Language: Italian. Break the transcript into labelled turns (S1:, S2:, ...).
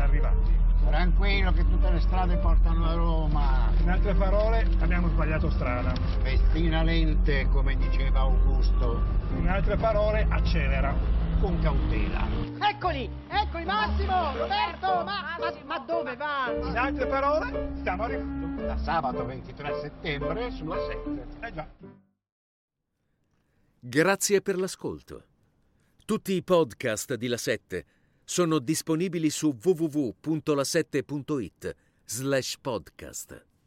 S1: arrivati.
S2: Tranquillo che tutte le strade portano a Roma.
S1: In altre parole, abbiamo sbagliato strada.
S2: Festina lente, come diceva Augusto,
S1: In altre parole, accelera.
S2: con cautela.
S3: Eccoli, eccoli, Massimo, Roberto, ma, ma, ma dove
S1: In
S3: va?
S1: altre parole, stiamo arrivando.
S2: Da sabato 23 settembre sulla 7.
S1: Eh già.
S4: Grazie per l'ascolto. Tutti i podcast di La 7 sono disponibili su www.la7.it slash podcast.